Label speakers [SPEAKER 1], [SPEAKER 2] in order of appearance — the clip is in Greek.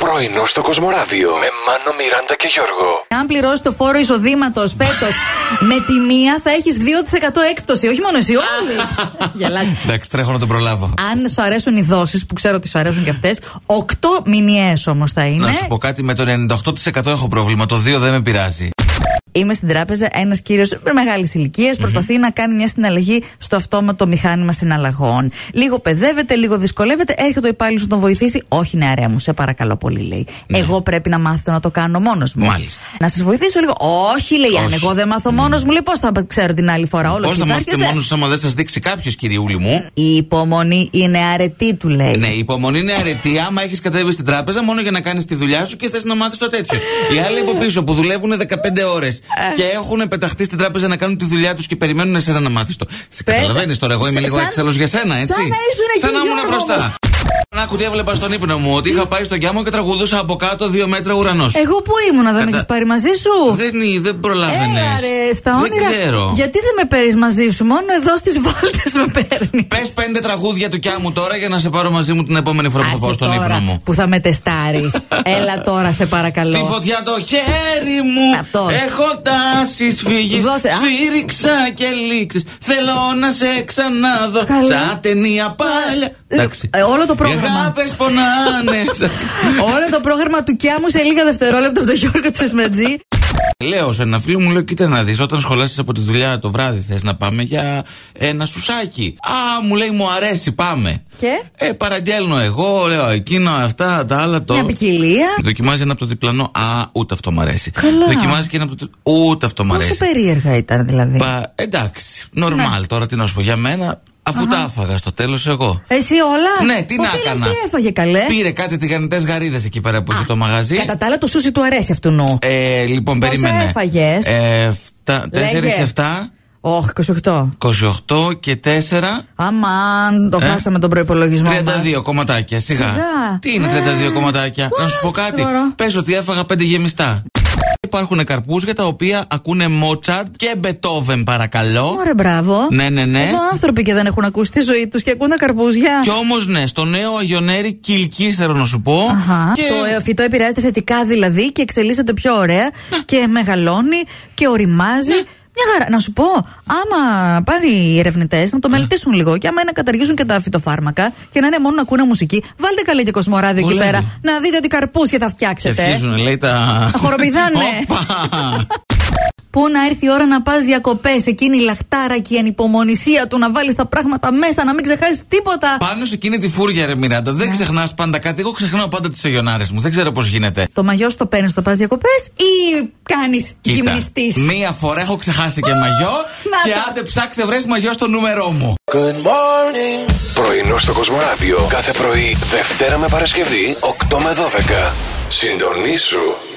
[SPEAKER 1] Πρωινό στο Κοσμοράδιο με Μάνο, Μιράντα και Γιώργο.
[SPEAKER 2] Αν πληρώσεις το φόρο εισοδήματος φέτος με τη μία, θα έχεις 2% έκπτωση. Όχι μόνο εσύ, όλοι. Γελάτε.
[SPEAKER 3] Εντάξει, τρέχω να τον προλάβω.
[SPEAKER 2] Αν σου αρέσουν οι δόσεις, που ξέρω ότι σου αρέσουν και αυτές, 8 μηνιαίες όμως θα είναι.
[SPEAKER 3] Να σου πω κάτι, με το 98% έχω πρόβλημα. Το 2 δεν με πειράζει.
[SPEAKER 2] Είμαι στην τράπεζα. Ένας κύριος μεγάλη προσπαθεί να κάνει μια συναλλαγή στο αυτόματο μηχάνημα συναλλαγών. Λίγο παιδεύεται, λίγο δυσκολεύεται. Έρχεται ο υπάλληλος να τον βοηθήσει. Όχι, νεαρέ μου, σε παρακαλώ πολύ, λέει. Εγώ πρέπει να μάθω να το κάνω μόνος μου.
[SPEAKER 3] Ναι. Μάλιστα.
[SPEAKER 2] Να σας βοηθήσω λίγο. Όχι, λέει. Αν
[SPEAKER 3] Όχι.
[SPEAKER 2] εγώ δεν μάθω μόνος μου, λέει, πώς θα ξέρω την άλλη φορά. Όλος
[SPEAKER 3] Πώς θα μάθετε μόνο άμα δεν σας δείξει κάποιος, κυριούλη μου.
[SPEAKER 2] Η υπομονή είναι αρετή, του λέει.
[SPEAKER 3] Ναι, η υπομονή είναι αρετή άμα έχεις κατέβει στην τράπεζα μόνο για να κάνεις τη δουλειά σου και θες να μάθεις το τέτοιο. Οι άλλοι από πίσω που δουλεύουν 15 ώρε και έχουν πεταχτεί στην τράπεζα να κάνουν τη δουλειά τους και περιμένουν εσένα να μάθεις το. Σε
[SPEAKER 2] Πες-
[SPEAKER 3] καταλαβαίνεις τώρα, εγώ είμαι
[SPEAKER 2] Σ-
[SPEAKER 3] λίγο
[SPEAKER 2] σαν-
[SPEAKER 3] έξαλλος για σένα, έτσι.
[SPEAKER 2] σαν να ήσουν εκεί,
[SPEAKER 3] Σαν να ήμουν
[SPEAKER 2] Γιώργο μου.
[SPEAKER 3] μπροστά. Να τι έβλεπα στον ύπνο μου ότι είχα πάει στον γιάμο και τραγουδούσα από κάτω δύο μέτρα ουρανός.
[SPEAKER 2] Εγώ που ήμουνα, δεν
[SPEAKER 3] Κατά-
[SPEAKER 2] έχεις πάρει μαζί σου.
[SPEAKER 3] Δεν, δεν προλάβαινες.
[SPEAKER 2] Έλα ρε, στα όνειρα.
[SPEAKER 3] Δεν ξέρω.
[SPEAKER 2] Γιατί δεν με παίρνεις μαζί σου, μόνο εδώ στις βόλτες με παίρνεις.
[SPEAKER 3] Πες πέντε τραγούδια του κιά μου τώρα για να σε πάρω μαζί μου την επόμενη φορά που θα
[SPEAKER 2] Άσε
[SPEAKER 3] πάω στον
[SPEAKER 2] τώρα
[SPEAKER 3] ύπνο μου.
[SPEAKER 2] Που θα με τεστάρεις. Έλα τώρα, σε
[SPEAKER 3] Στη
[SPEAKER 2] παρακαλώ.
[SPEAKER 3] φωτιά το χέρι μου
[SPEAKER 2] Αυτό.
[SPEAKER 3] Έχω τάσει φύγει.
[SPEAKER 2] Δώσε, α.
[SPEAKER 3] Σφύριξα και λήξεις. Θέλω να σε ξαναδώ.
[SPEAKER 2] Καλά.
[SPEAKER 3] Σαν ταινία πάλια. Εντάξει.
[SPEAKER 2] Ε, όλο το πρόγραμμα.
[SPEAKER 3] Οι αγάπες πονάνε.
[SPEAKER 2] Όλο το πρόγραμμα του Κιά μου σε λίγα δευτερόλεπτα από τον Γιώργο Τσεσμετζή.
[SPEAKER 3] λέω σε ένα φίλο μου, λέω: Κοίτα να δεις, όταν σχολάσεις από τη δουλειά το βράδυ, θες να πάμε για ένα σουσάκι. Α, μου λέει, μου αρέσει, πάμε.
[SPEAKER 2] Και?
[SPEAKER 3] Ε, παραγγέλνω εγώ, λέω εκείνο, αυτά, τα άλλα, το.
[SPEAKER 2] Μια ποικιλία.
[SPEAKER 3] Δοκιμάζει ένα από το διπλανό. Α, ούτε αυτό μ' αρέσει.
[SPEAKER 2] Καλά.
[SPEAKER 3] Δοκιμάζει και ένα από το. τρι- Ούτε αυτό μ'
[SPEAKER 2] Πόσο
[SPEAKER 3] αρέσει.
[SPEAKER 2] περίεργα ήταν δηλαδή.
[SPEAKER 3] Πα- εντάξει, νορμάλ.
[SPEAKER 2] Ναι.
[SPEAKER 3] Τώρα τι να σου πω για μένα, αφού τα άφαγα στο τέλος εγώ.
[SPEAKER 2] Εσύ όλα.
[SPEAKER 3] Ναι, τι
[SPEAKER 2] Ο
[SPEAKER 3] να
[SPEAKER 2] φίλος
[SPEAKER 3] έκανα.
[SPEAKER 2] Τι έφαγε καλέ.
[SPEAKER 3] Πήρε κάτι τηγανιτές γαρίδες εκεί πέρα που είχε το μαγαζί.
[SPEAKER 2] Κατά τα άλλα, το σούσι του αρέσει αυτού νου.
[SPEAKER 3] Ε, λοιπόν,
[SPEAKER 2] Πόσα
[SPEAKER 3] περίμενε.
[SPEAKER 2] έφαγες?
[SPEAKER 3] Ε, 4,
[SPEAKER 2] Λέγε.
[SPEAKER 3] 7,
[SPEAKER 2] Όχι, 28.
[SPEAKER 3] 28 και 4.
[SPEAKER 2] Αμάν, το
[SPEAKER 3] Ε.
[SPEAKER 2] χάσαμε τον προπολογισμό.
[SPEAKER 3] 32 κομματάκια, σιγά.
[SPEAKER 2] Σιγά.
[SPEAKER 3] Τι είναι
[SPEAKER 2] Ε.
[SPEAKER 3] 32 κομματάκια, να σου πω κάτι.
[SPEAKER 2] Τώρα.
[SPEAKER 3] Πες ότι έφαγα 5 γεμιστά. Υπάρχουν καρπούζια τα οποία ακούνε Μότσαρτ και Μπετόβεν, παρακαλώ.
[SPEAKER 2] Ωραία, μπράβο.
[SPEAKER 3] Ναι, ναι, ναι.
[SPEAKER 2] Εδώ άνθρωποι και δεν έχουν ακούσει τη ζωή τους και ακούν τα καρπούζια.
[SPEAKER 3] Κι όμως, ναι, στο νέο Αγιονέρι Κυλκή θέλω να σου πω.
[SPEAKER 2] Αχα.
[SPEAKER 3] Και
[SPEAKER 2] Το ε, φυτό επηρεάζεται θετικά δηλαδή και εξελίσσεται πιο ωραία και μεγαλώνει και οριμάζει.
[SPEAKER 3] Ναι.
[SPEAKER 2] Μια χαρά. Να σου πω, άμα πάρει οι ερευνητές να το μελετήσουν λίγο και άμα είναι να καταργήσουν και τα φυτοφάρμακα και να είναι μόνο να ακούνε μουσική, βάλτε καλή και κοσμοράδιο εκεί
[SPEAKER 3] Πολύ.
[SPEAKER 2] πέρα να δείτε ότι καρπούσια θα
[SPEAKER 3] και
[SPEAKER 2] φτιάξετε. ε.
[SPEAKER 3] αρχίζουν, λέει τα.
[SPEAKER 2] Τα χοροπηδάνε.
[SPEAKER 3] Όπα!
[SPEAKER 2] Πού να έρθει η ώρα να πας διακοπές, εκείνη η λαχτάρα και η ανυπομονησία του να βάλεις τα πράγματα μέσα, να μην ξεχάσεις τίποτα.
[SPEAKER 3] Πάνω σε εκείνη τη φούρια, ρε Μιράντα.
[SPEAKER 2] Ναι.
[SPEAKER 3] Δεν ξεχνάς πάντα κάτι. Εγώ ξεχνάω πάντα τις αγιονάρε μου. Δεν ξέρω πώς γίνεται.
[SPEAKER 2] Το μαγιό σου το παίρνεις, το πας διακοπές ή κάνεις γυμνιστής.
[SPEAKER 3] μία φορά έχω ξεχάσει και μαγιό
[SPEAKER 2] να
[SPEAKER 3] και
[SPEAKER 2] το.
[SPEAKER 3] άντε ψάξε βρες μαγιό στο νούμερό μου.
[SPEAKER 1] Πρωινό στο Κοσμοράδιο κάθε πρωί, Δευτέρα με Παρασκευή, 8 με 12. Συντονίσου